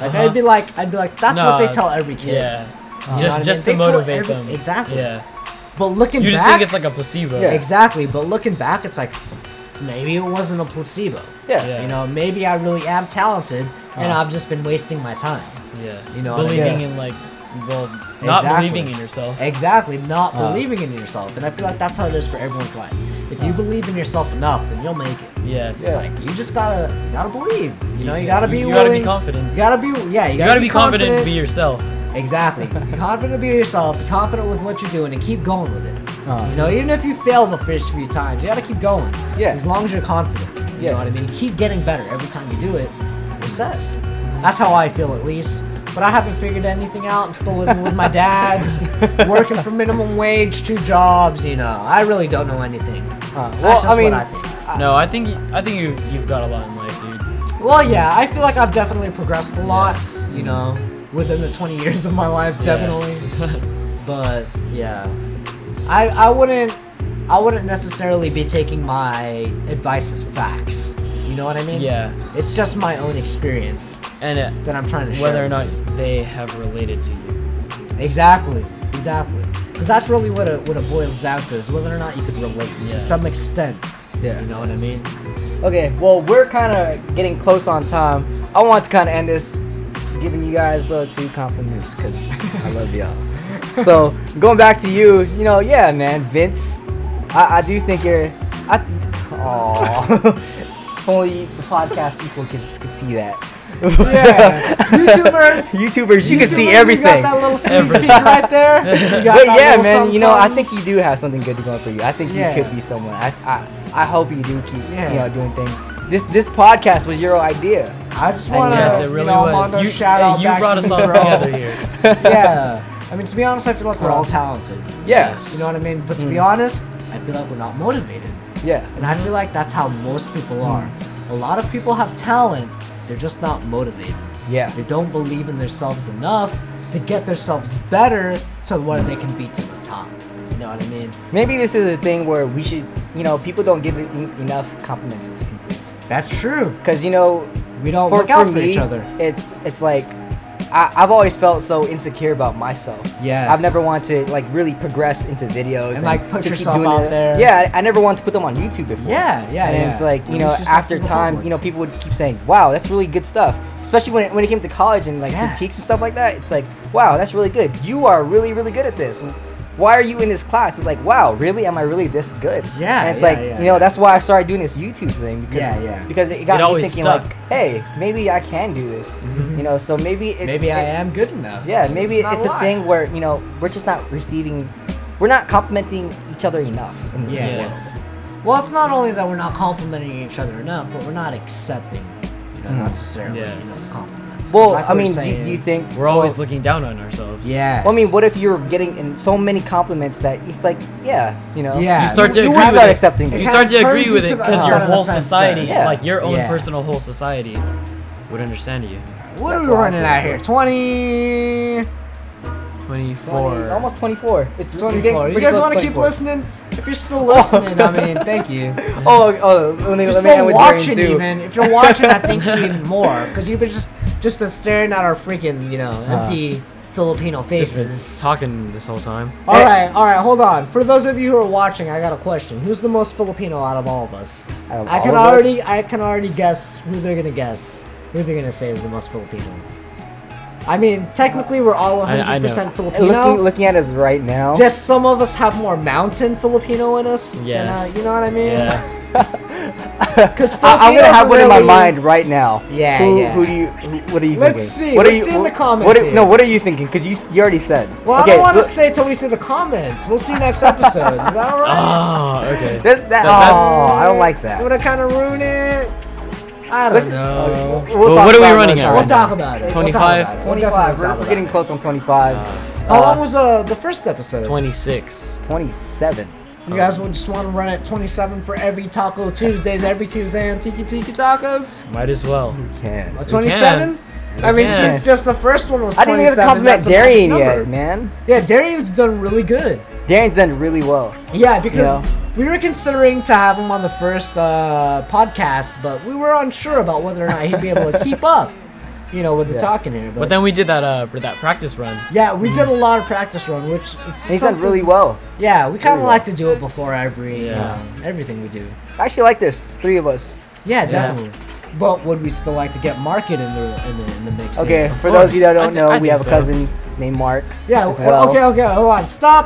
Speaker 3: Like
Speaker 1: Uh-huh.
Speaker 3: I'd be like, I'd be like, that's what they
Speaker 1: Nah,
Speaker 3: tell every kid.
Speaker 1: Yeah.
Speaker 3: know
Speaker 1: just
Speaker 3: what I
Speaker 1: just
Speaker 3: mean?
Speaker 1: to
Speaker 3: They tell
Speaker 1: motivate
Speaker 3: every-
Speaker 1: them.
Speaker 3: exactly.
Speaker 1: Yeah.
Speaker 3: But looking
Speaker 1: You just
Speaker 3: back,
Speaker 1: think it's like a placebo.
Speaker 2: Yeah.
Speaker 3: exactly. But looking back, it's like maybe it wasn't a placebo.
Speaker 2: Yeah.
Speaker 1: Yeah.
Speaker 3: You know, maybe I really am talented, and
Speaker 1: Uh-huh.
Speaker 3: I've just been wasting my time.
Speaker 1: Yeah.
Speaker 3: You know what I
Speaker 1: believing
Speaker 2: mean?
Speaker 1: in like well not
Speaker 3: Exactly.
Speaker 1: believing in yourself.
Speaker 3: Exactly, not
Speaker 1: Uh.
Speaker 3: believing in yourself, and I feel like that's how it is for everyone's life. If
Speaker 1: Uh-huh.
Speaker 3: you believe in yourself enough, then you'll make it.
Speaker 1: Yes.
Speaker 2: Yeah.
Speaker 3: Like you just gotta, you gotta believe. You know,
Speaker 1: Exactly.
Speaker 3: you gotta be
Speaker 1: You- you
Speaker 3: willing.
Speaker 1: gotta be confident.
Speaker 3: You gotta be, yeah, you gotta,
Speaker 1: You gotta be confident and be
Speaker 3: your.
Speaker 1: yourself.
Speaker 3: Exactly. Be confident to be yourself. Be confident with what you're doing, and keep going with it.
Speaker 2: Uh.
Speaker 3: you know, even if you fail the first few times, you gotta keep going.
Speaker 2: Yeah.
Speaker 3: As long as you're confident. You
Speaker 2: Yeah.
Speaker 3: know what I mean? Keep getting better every time you do it. You're set. That's how I feel, at least. But I haven't figured anything out. I'm still living with my dad, working for minimum wage, two jobs. You know, I really don't know anything.
Speaker 2: Uh,
Speaker 3: That's
Speaker 2: well,
Speaker 3: just
Speaker 2: I mean,
Speaker 3: what I think.
Speaker 1: No, I think y- I think you you've got a lot in life, dude.
Speaker 3: Well, yeah, I feel like I've definitely progressed a lot, you know, within the 20 years of my life, definitely.
Speaker 1: Yes.
Speaker 3: But yeah, I I wouldn't I wouldn't necessarily be taking my advice as facts. You know what I mean?
Speaker 1: yeah.
Speaker 3: It's just my own experience
Speaker 1: And it,
Speaker 3: that I'm trying to share.
Speaker 1: whether or not they have related to you.
Speaker 3: Exactly. Exactly. Because that's really what it what it boils down to is whether or not you could relate to
Speaker 1: Yes.
Speaker 3: some extent.
Speaker 2: Yeah.
Speaker 3: You know what I mean?
Speaker 2: Okay, well, we're kind of getting close on time. I want to kind of end this giving you guys little two compliments because I love y'all. So, going back to you, you know, yeah, man, Vince, I, I do think you're. I, aw. if only the podcast people could, could see that.
Speaker 3: Yeah. YouTubers.
Speaker 2: YouTubers, you
Speaker 3: YouTubers,
Speaker 2: can see
Speaker 3: You got
Speaker 2: everything.
Speaker 3: that little sneak
Speaker 1: Everything.
Speaker 3: peek right there. You got
Speaker 2: But
Speaker 3: that
Speaker 2: yeah,
Speaker 3: little
Speaker 2: man, you know, I
Speaker 3: something-something.
Speaker 2: think you do have something good going for you. I think
Speaker 3: Yeah.
Speaker 2: you could be someone. I, I, I hope you do keep,
Speaker 3: Yeah.
Speaker 2: you know, doing things. This, this podcast was your idea.
Speaker 3: I just
Speaker 2: And
Speaker 3: want to,
Speaker 1: yes, it really
Speaker 3: you know,
Speaker 1: was.
Speaker 3: Armando,
Speaker 1: You,
Speaker 3: shout
Speaker 1: hey,
Speaker 3: out
Speaker 1: you
Speaker 3: back
Speaker 1: brought
Speaker 3: to
Speaker 1: us
Speaker 3: you.
Speaker 1: all together here.
Speaker 3: yeah. I mean, to be honest, I feel like we're all talented.
Speaker 2: Yes.
Speaker 3: You know what I mean? But to
Speaker 2: Hmm.
Speaker 3: be honest, I feel like we're not motivated.
Speaker 2: Yeah.
Speaker 3: And I feel like that's how most people
Speaker 2: Hmm.
Speaker 3: are. A lot of people have talent, they're just not motivated.
Speaker 2: Yeah.
Speaker 3: They don't believe in themselves enough to get themselves better to where they can be to the top. You know what I mean?
Speaker 2: Maybe this is a thing where we should, you know, people don't give en- enough compliments to people.
Speaker 3: That's true.
Speaker 2: Because, you know,
Speaker 3: We don't
Speaker 2: for,
Speaker 3: look out
Speaker 2: for
Speaker 3: for
Speaker 2: me,
Speaker 3: each other.
Speaker 2: it's it's like I, I've always felt so insecure about myself.
Speaker 3: Yes.
Speaker 2: I've never wanted to like really progress into videos and,
Speaker 3: like, put
Speaker 2: just keep
Speaker 3: yourself
Speaker 2: doing
Speaker 3: out
Speaker 2: it.
Speaker 3: there.
Speaker 2: Yeah, I, I never wanted to put them on YouTube before.
Speaker 3: Yeah, yeah,
Speaker 2: And
Speaker 3: yeah.
Speaker 2: it's like you
Speaker 3: Release
Speaker 2: know,
Speaker 3: yourself
Speaker 2: after
Speaker 3: to the
Speaker 2: time,
Speaker 3: public.
Speaker 2: you know, people would keep saying, "Wow, that's really good stuff." Especially when it, when it came to college and like
Speaker 3: Yeah.
Speaker 2: critiques and stuff like that. It's like, "Wow, that's really good. You are really really good at this." Why are you in this class? It's like, wow, really? Am I really this good?
Speaker 3: Yeah,
Speaker 2: And it's
Speaker 3: yeah,
Speaker 2: like,
Speaker 3: yeah,
Speaker 2: you
Speaker 3: yeah.
Speaker 2: know, that's why I started doing this YouTube thing. Because,
Speaker 3: Yeah, yeah.
Speaker 2: Because it got
Speaker 1: It
Speaker 2: me
Speaker 1: always
Speaker 2: thinking,
Speaker 1: stuck.
Speaker 2: like, hey, maybe I can do this. You know, so maybe it's,
Speaker 3: maybe I
Speaker 2: it-
Speaker 3: am good enough.
Speaker 2: Yeah,
Speaker 3: I mean,
Speaker 2: maybe
Speaker 3: not
Speaker 2: it's, a
Speaker 3: lie.
Speaker 2: thing where you know we're just not receiving, we're not complimenting each other enough. In the
Speaker 3: Yeah.
Speaker 2: world.
Speaker 1: Yes.
Speaker 3: Well, it's not only that we're not complimenting each other enough, but we're not accepting you know,
Speaker 2: Mm.
Speaker 3: necessarily
Speaker 1: Yes.
Speaker 3: you know, compliments.
Speaker 2: Well,
Speaker 3: Like we
Speaker 2: I
Speaker 3: were
Speaker 2: mean, do,
Speaker 3: saying-
Speaker 2: do you think
Speaker 1: We're always
Speaker 2: well,
Speaker 1: looking down on ourselves.
Speaker 3: Yes.
Speaker 2: Well, I mean, what if you're getting in so many compliments that it's like, yeah, you know,
Speaker 3: Yeah.
Speaker 1: You start to
Speaker 2: you
Speaker 1: agree
Speaker 2: would
Speaker 1: with
Speaker 2: start
Speaker 1: it.
Speaker 2: accepting
Speaker 3: It
Speaker 2: it.
Speaker 1: You
Speaker 3: kinda
Speaker 1: start to
Speaker 3: turns
Speaker 1: agree
Speaker 3: you
Speaker 1: with
Speaker 3: to
Speaker 1: it
Speaker 3: the
Speaker 1: because
Speaker 3: other
Speaker 1: your
Speaker 3: side of the
Speaker 1: whole
Speaker 3: fence
Speaker 1: society,
Speaker 3: there.
Speaker 1: like your own
Speaker 3: Yeah.
Speaker 1: personal whole society, would understand you.
Speaker 3: what are
Speaker 2: that's
Speaker 3: we
Speaker 2: what I
Speaker 3: running
Speaker 2: feel
Speaker 3: out
Speaker 2: as
Speaker 3: here?
Speaker 2: well.
Speaker 3: Twenty.
Speaker 1: 24.
Speaker 2: 20, almost 24. It's really getting
Speaker 3: Twenty-four. You
Speaker 2: pretty
Speaker 3: guys
Speaker 2: close
Speaker 3: want to keep
Speaker 2: 24.
Speaker 3: listening? If you're still listening, I mean, thank you.
Speaker 2: Oh, oh, let me,
Speaker 3: If you're
Speaker 2: let me end
Speaker 3: still
Speaker 2: with
Speaker 3: watching,
Speaker 2: Dorian too.
Speaker 3: even if you're watching, I think you even more because you've been just just been staring at our freaking you know empty Filipino
Speaker 1: Just been
Speaker 3: faces.
Speaker 1: talking this whole time.
Speaker 3: All right, all right, hold on. For those of you who are watching, I got a question. Who's the most Filipino out of all of us?
Speaker 2: Out of
Speaker 3: I can
Speaker 2: all of us?
Speaker 3: already, I can already guess who they're gonna guess. Who they're gonna say is the most Filipino. I mean, technically, we're all
Speaker 1: I-
Speaker 3: 100%
Speaker 1: I know.
Speaker 3: Filipino.
Speaker 2: Looking, looking at us right
Speaker 1: Oh.
Speaker 2: now.
Speaker 3: Just some of us have more mountain Filipino in us. than, uh,
Speaker 1: Yes.
Speaker 3: you know what I mean?
Speaker 1: Yeah.
Speaker 3: Because
Speaker 2: I, am gonna have one in my mind right now.
Speaker 4: Yeah,
Speaker 2: Who,
Speaker 4: yeah.
Speaker 2: who do you? who- What are you
Speaker 3: Let's
Speaker 2: thinking?
Speaker 3: see.
Speaker 2: What are
Speaker 3: Let's
Speaker 2: you,
Speaker 3: see in the
Speaker 2: wh-
Speaker 3: comments
Speaker 2: What are,
Speaker 3: here.
Speaker 2: no, what are you thinking? Cause you s- you already said.
Speaker 3: Well, I
Speaker 2: okay,
Speaker 3: don't want to
Speaker 2: look-
Speaker 3: say till we see the comments. We'll see next episode. Is that all right?
Speaker 1: Oh, okay.
Speaker 2: That, that,
Speaker 1: that-
Speaker 2: oh, I don't like that.
Speaker 3: You want to kind of ruin it? I don't
Speaker 2: Listen-
Speaker 1: Oh,
Speaker 3: know.
Speaker 2: We'll
Speaker 1: Well,
Speaker 2: talk
Speaker 1: what are we
Speaker 2: about it
Speaker 1: running
Speaker 2: another
Speaker 1: at right
Speaker 3: We'll
Speaker 2: time.
Speaker 3: talk about it.
Speaker 1: 25?
Speaker 3: We'll talk about it. We'll definitely
Speaker 2: 25.
Speaker 3: talk
Speaker 2: We're, we're
Speaker 3: about
Speaker 2: getting
Speaker 3: it.
Speaker 2: close on 25.
Speaker 3: How
Speaker 2: Uh,
Speaker 3: long was uh, the first episode?
Speaker 1: 26.
Speaker 2: 27.
Speaker 3: You guys would just want to run at 27 for every Taco Tuesdays, every Tuesday on Tiki Tiki Tacos?
Speaker 1: Might as well.
Speaker 2: Can.
Speaker 3: Uh, 27? I mean,
Speaker 1: can.
Speaker 3: since just the first one was
Speaker 2: I didn't
Speaker 3: 27,
Speaker 2: even compliment
Speaker 3: that's a perfect
Speaker 2: Darian
Speaker 3: number.
Speaker 2: yet, man.
Speaker 3: Yeah, Darian's done really good.
Speaker 2: Darian's done really well.
Speaker 3: Yeah, because
Speaker 2: Yeah.
Speaker 3: we were considering to have him on the first uh, podcast, but we were unsure about whether or not he'd be able to keep up, you know, with the
Speaker 2: Yeah.
Speaker 3: talking here. But,
Speaker 1: But then we did that uh that practice run.
Speaker 3: yeah, we did a lot of practice run, which it's
Speaker 2: He's done
Speaker 3: something-
Speaker 2: really well.
Speaker 3: Yeah, we kind of
Speaker 2: well.
Speaker 3: like to do it before every
Speaker 1: Yeah.
Speaker 3: um, everything we do.
Speaker 2: I actually like this. It's three of us.
Speaker 3: Yeah, definitely. But would we still like to get market in the in the, in the mix?
Speaker 2: Okay,
Speaker 3: Here?
Speaker 2: for those of you that
Speaker 1: course. I
Speaker 2: don't
Speaker 1: thi-
Speaker 2: know,
Speaker 1: I
Speaker 2: we
Speaker 1: think
Speaker 2: have a
Speaker 1: so.
Speaker 2: cousin named Mark.
Speaker 3: Yeah.
Speaker 2: as
Speaker 3: well,
Speaker 2: well.
Speaker 3: Okay. Okay. Hold on. Stop.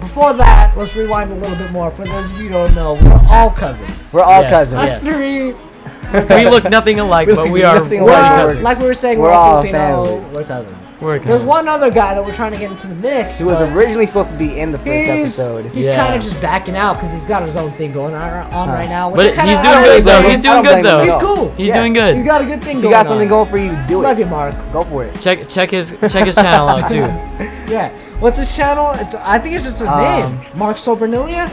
Speaker 3: Before that, let's rewind a little bit more. For those of you who don't know, we're all cousins.
Speaker 2: We're all
Speaker 1: Yes,
Speaker 2: cousins.
Speaker 1: yes.
Speaker 3: Us three.
Speaker 1: We look nothing alike,
Speaker 2: We
Speaker 1: but
Speaker 2: look
Speaker 1: we are
Speaker 2: nothing
Speaker 1: we're
Speaker 2: alike.
Speaker 1: cousins.
Speaker 3: like we were saying,
Speaker 2: We're
Speaker 3: we're,
Speaker 2: all
Speaker 3: all Filipino.
Speaker 2: family.
Speaker 3: We're cousins.
Speaker 1: We're
Speaker 3: There's
Speaker 1: cousins.
Speaker 3: one other guy that we're trying to get into the mix.
Speaker 2: He was
Speaker 3: but
Speaker 2: originally supposed to be in the first
Speaker 3: He's,
Speaker 2: episode.
Speaker 3: he's
Speaker 1: Yeah.
Speaker 3: kind of just backing out because he's got his own thing going on, on right now. Which
Speaker 1: But
Speaker 3: I kinda-
Speaker 1: he's doing
Speaker 3: I don't
Speaker 1: good
Speaker 3: really
Speaker 1: though.
Speaker 3: blame
Speaker 1: He's
Speaker 3: him.
Speaker 1: doing
Speaker 2: don't
Speaker 1: good
Speaker 2: blame him
Speaker 1: though.
Speaker 2: at
Speaker 3: He's
Speaker 2: all.
Speaker 3: cool.
Speaker 1: He's
Speaker 2: Yeah.
Speaker 1: doing good.
Speaker 3: He's got a good thing
Speaker 2: If you
Speaker 3: going
Speaker 2: got something
Speaker 3: on.
Speaker 2: going for you, do
Speaker 3: Love
Speaker 2: it.
Speaker 3: you, Mark.
Speaker 2: Go for it.
Speaker 1: Check check his check his channel out too.
Speaker 3: Yeah. What's his channel? It's I think it's just his
Speaker 2: Um,
Speaker 3: name. Mark Sobernilia?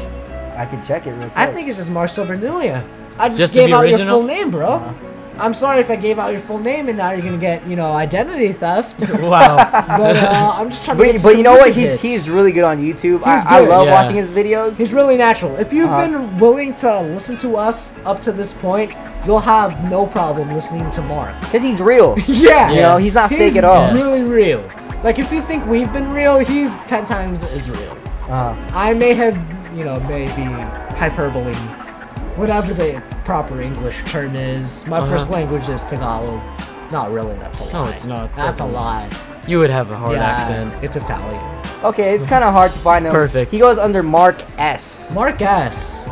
Speaker 2: I can check it real quick.
Speaker 3: I think it's just Mark Sobernilia. I just,
Speaker 1: Just to
Speaker 3: gave
Speaker 1: be
Speaker 3: out your
Speaker 1: original?
Speaker 3: full name, bro.
Speaker 2: Uh-huh.
Speaker 3: I'm sorry if I gave out your full name and now you're gonna get, you know, identity theft.
Speaker 1: Wow.
Speaker 3: but uh, I'm just trying to.
Speaker 2: But,
Speaker 3: get
Speaker 2: but
Speaker 3: some
Speaker 2: you know what?
Speaker 3: YouTube
Speaker 2: He's
Speaker 3: hits.
Speaker 2: he's really good on YouTube.
Speaker 3: He's
Speaker 2: I, I
Speaker 3: good,
Speaker 2: love
Speaker 1: yeah.
Speaker 2: watching his videos.
Speaker 3: He's really natural. If you've
Speaker 2: Uh-huh.
Speaker 3: been willing to listen to us up to this point, you'll have no problem listening to Mark.
Speaker 2: Because he's real.
Speaker 3: Yeah.
Speaker 1: You know, he's
Speaker 2: not fake at all.
Speaker 1: Yes.
Speaker 3: Really real. Like if you think we've been real, he's ten times as real.
Speaker 2: Uh,
Speaker 3: I may have, you know, maybe hyperbole, whatever the proper English term is. My first
Speaker 1: Uh-huh.
Speaker 3: language is Tagalog. Not really. That's a lie.
Speaker 1: No, it's not.
Speaker 3: That's a
Speaker 1: Definitely.
Speaker 3: lie.
Speaker 1: you would have a hard
Speaker 3: yeah,
Speaker 1: accent.
Speaker 3: It's Italian.
Speaker 2: okay, it's kind of hard to find him.
Speaker 1: Perfect.
Speaker 2: He goes under Mark S.
Speaker 3: Mark S.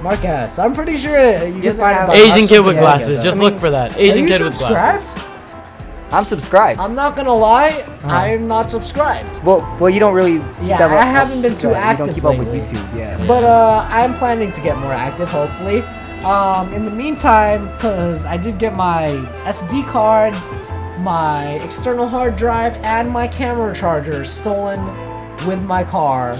Speaker 3: Mark S. I'm pretty sure uh, you can
Speaker 2: doesn't
Speaker 3: find
Speaker 2: have
Speaker 3: about
Speaker 1: Asian
Speaker 3: us
Speaker 1: kid
Speaker 3: in
Speaker 1: with
Speaker 3: Canada,
Speaker 1: glasses.
Speaker 3: though.
Speaker 1: Just
Speaker 3: I mean,
Speaker 1: look for that.
Speaker 3: are
Speaker 1: Asian
Speaker 3: you
Speaker 1: kid with
Speaker 3: subscribed?
Speaker 1: glasses. Oh.
Speaker 2: I'm subscribed.
Speaker 3: I'm not gonna lie. I'm not subscribed.
Speaker 2: well, well, you don't really. keep
Speaker 3: Yeah,
Speaker 2: that
Speaker 3: I
Speaker 2: up-
Speaker 3: haven't been too
Speaker 2: yeah, You don't
Speaker 3: active
Speaker 2: keep up
Speaker 3: lately.
Speaker 2: with YouTube. Yeah.
Speaker 3: But uh, I'm planning to get more active, hopefully. Um, in the meantime, because I did get my SD card, my external hard drive, and my camera charger stolen with my car.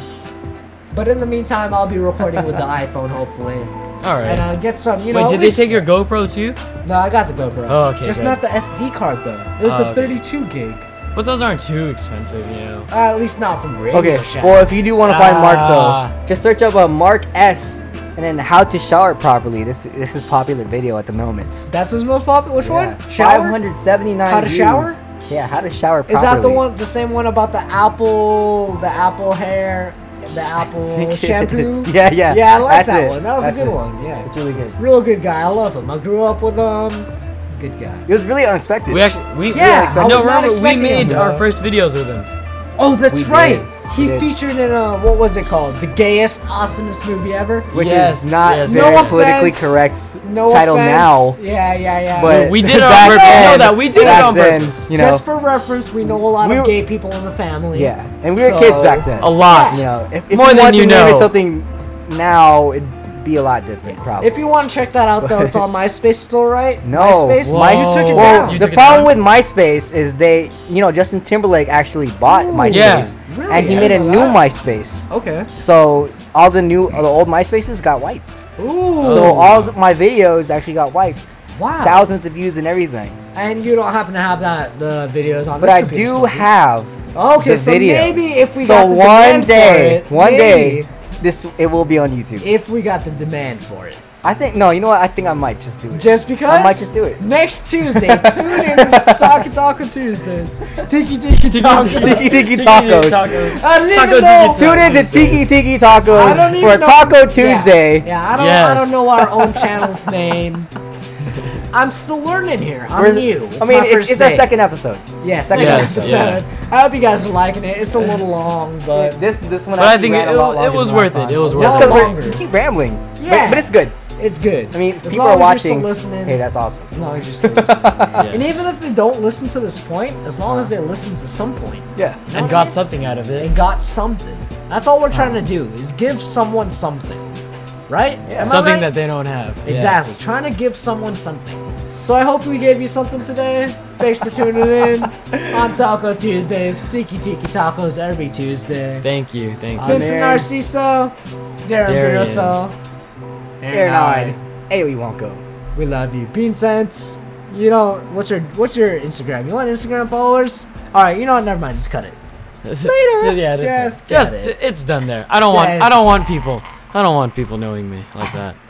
Speaker 3: But in the meantime, I'll be recording with the iPhone, hopefully.
Speaker 1: All
Speaker 3: And
Speaker 1: right.
Speaker 3: I'll get some, you know.
Speaker 1: Wait,
Speaker 3: at
Speaker 1: did they
Speaker 3: least-
Speaker 1: take your GoPro too?
Speaker 3: No, I got the GoPro.
Speaker 1: Oh, okay,
Speaker 3: Just
Speaker 1: good.
Speaker 3: not the SD card, though. It was
Speaker 1: Oh,
Speaker 3: the
Speaker 1: okay.
Speaker 3: 32 gig.
Speaker 1: But those aren't too expensive, you know.
Speaker 3: Uh, at least not from Radio
Speaker 2: Okay.
Speaker 3: Shack.
Speaker 2: Well, if you do want to find Mark
Speaker 1: Ah.
Speaker 2: though, just search up a Mark S. And then how to shower properly. This this is popular video at the moment.
Speaker 3: That's his most popular. Which one?
Speaker 2: Five
Speaker 3: Shower?
Speaker 2: hundred seventy nine.
Speaker 3: How to shower?
Speaker 2: Yeah, how to shower properly.
Speaker 3: Is that the one, the same one about the apple, the apple hair, the apple
Speaker 2: think it
Speaker 3: shampoo?
Speaker 2: is. Yeah, yeah.
Speaker 3: Yeah, I like
Speaker 2: That's
Speaker 3: that
Speaker 2: it.
Speaker 3: one. That was
Speaker 2: That's
Speaker 3: a good
Speaker 2: it.
Speaker 3: one. Yeah,
Speaker 2: It's really good.
Speaker 3: real good guy. I love him. I grew up with him. Good guy.
Speaker 2: It was really unexpected.
Speaker 1: We actually we
Speaker 3: Yeah,
Speaker 1: we,
Speaker 3: I was
Speaker 1: no
Speaker 3: not
Speaker 1: remember we
Speaker 3: expecting
Speaker 1: made
Speaker 3: him,
Speaker 1: our
Speaker 3: bro.
Speaker 1: first videos with him.
Speaker 3: Oh, that's
Speaker 2: We
Speaker 3: right.
Speaker 2: did.
Speaker 3: He
Speaker 2: We did.
Speaker 3: featured in a what was it called? The gayest, awesomest movie ever.
Speaker 2: which
Speaker 1: Yes,
Speaker 2: is not
Speaker 1: yes,
Speaker 2: very
Speaker 1: yes, yes.
Speaker 2: politically
Speaker 3: No
Speaker 2: correct
Speaker 3: No
Speaker 2: title
Speaker 3: offense.
Speaker 2: now.
Speaker 3: Yeah, yeah, yeah.
Speaker 2: But
Speaker 1: We did it on
Speaker 2: back
Speaker 1: purpose.
Speaker 2: Then,
Speaker 1: No, that we did it
Speaker 2: back
Speaker 1: on
Speaker 2: then,
Speaker 1: purpose.
Speaker 2: You know,
Speaker 3: just for reference, we know a lot
Speaker 2: we
Speaker 3: of
Speaker 2: were-
Speaker 3: gay people in the family.
Speaker 2: yeah, and we were kids
Speaker 3: So-
Speaker 2: back then.
Speaker 1: A lot.
Speaker 2: You know, if, if
Speaker 1: More
Speaker 2: you
Speaker 1: than
Speaker 2: wanted
Speaker 1: you
Speaker 2: to name it
Speaker 1: know.
Speaker 2: something now, it'd be a lot different, probably.
Speaker 3: If you want to check that out, though, it's on MySpace still, right?
Speaker 2: No,
Speaker 3: MySpace.
Speaker 1: Whoa.
Speaker 3: You took it
Speaker 1: Whoa.
Speaker 3: down.
Speaker 1: You
Speaker 2: the
Speaker 1: took it
Speaker 2: problem
Speaker 1: down?
Speaker 2: with MySpace is they, you know, Justin Timberlake actually bought MySpace,
Speaker 3: really?
Speaker 2: and he
Speaker 3: I
Speaker 2: made a
Speaker 3: didn't
Speaker 2: new
Speaker 3: know that.
Speaker 2: MySpace.
Speaker 3: Okay.
Speaker 2: So all the new, the old MySpaces got wiped.
Speaker 3: Ooh.
Speaker 2: So
Speaker 1: Oh.
Speaker 2: all th- my videos actually got wiped.
Speaker 3: wow.
Speaker 2: Thousands of views and everything.
Speaker 3: And you don't happen to have that the videos on.
Speaker 2: But
Speaker 3: this
Speaker 2: I
Speaker 3: computer
Speaker 2: do
Speaker 3: still,
Speaker 2: have
Speaker 3: Oh, Okay,
Speaker 2: the
Speaker 3: so
Speaker 2: videos.
Speaker 3: maybe if we
Speaker 2: so
Speaker 3: got the
Speaker 2: one
Speaker 3: demand for
Speaker 2: day,
Speaker 3: it,
Speaker 2: one
Speaker 3: maybe.
Speaker 2: day, this it will be on YouTube.
Speaker 3: if we got the demand for it.
Speaker 2: I think no, you know what? I think I might just do it.
Speaker 3: Just because.
Speaker 2: might just do it.
Speaker 3: Next Tuesday, tune in to Taco Taco Tuesdays. Tiki Tiki Taco.
Speaker 2: Tiki Tiki tacos.
Speaker 3: I don't
Speaker 1: Taco
Speaker 3: even know.
Speaker 1: Tiki
Speaker 2: Tune in to Tiki Tiki Tacos
Speaker 3: I don't even
Speaker 2: for
Speaker 3: know.
Speaker 2: Taco
Speaker 3: Yeah,
Speaker 2: Tuesday.
Speaker 3: Yeah, I don't. I don't
Speaker 1: Yes.
Speaker 3: know our own channel's name. I'm still learning here. I'm
Speaker 2: We're-
Speaker 3: new.
Speaker 2: I
Speaker 3: my
Speaker 2: mean, it's,
Speaker 3: first
Speaker 2: it's our
Speaker 3: day.
Speaker 2: second episode.
Speaker 3: Yeah, second
Speaker 2: second
Speaker 3: episode.
Speaker 1: episode. Yeah.
Speaker 3: I hope you guys are liking it. It's a little long, but
Speaker 2: Uh, This this one.
Speaker 1: But I
Speaker 2: actually
Speaker 1: think
Speaker 2: ran
Speaker 1: it-
Speaker 2: a lot
Speaker 1: it
Speaker 2: longer
Speaker 1: was
Speaker 2: than I
Speaker 1: worth it.
Speaker 2: thought
Speaker 1: It was
Speaker 2: would.
Speaker 1: worth
Speaker 2: Just
Speaker 3: it.
Speaker 2: 'cause we're-
Speaker 3: Longer.
Speaker 2: we keep rambling.
Speaker 3: Yeah.
Speaker 2: but, but it's good.
Speaker 3: It's good.
Speaker 2: I mean,
Speaker 3: As
Speaker 2: people
Speaker 3: long as
Speaker 2: are
Speaker 3: you're still
Speaker 2: watching.
Speaker 3: listening.
Speaker 2: Hey, that's awesome.
Speaker 3: as long as you're still listening. And
Speaker 1: Yes.
Speaker 3: even if they don't listen to this point, as long as they listen to some point
Speaker 2: Yeah.
Speaker 1: and got something out of
Speaker 3: and
Speaker 1: it.
Speaker 3: got something, that's all we're trying to do
Speaker 2: Uh-huh.
Speaker 3: is give someone something, right? Am I
Speaker 1: Something
Speaker 3: right?
Speaker 1: that they don't have.
Speaker 3: Exactly.
Speaker 1: Yes.
Speaker 3: Trying to give someone something. So I hope we gave you something today. Thanks for tuning in on Taco Tuesdays. Tiki Tiki Tacos every Tuesday.
Speaker 1: Thank you. Thank you.
Speaker 2: Amen.
Speaker 3: Vincent Narciso, Darren
Speaker 1: Darren.
Speaker 3: Burroso,
Speaker 2: Aaron Hyde. Hey, we won't go.
Speaker 3: We love you. Bean Sense. You know what's your what's your Instagram? You want Instagram followers? All right. You know what? Never mind. Just cut it.
Speaker 1: Later. yeah,
Speaker 3: Just
Speaker 1: just,
Speaker 3: get
Speaker 1: just
Speaker 3: it.
Speaker 1: it's done there. I don't want.
Speaker 3: Just-
Speaker 1: I don't want people. I don't want people knowing me like that.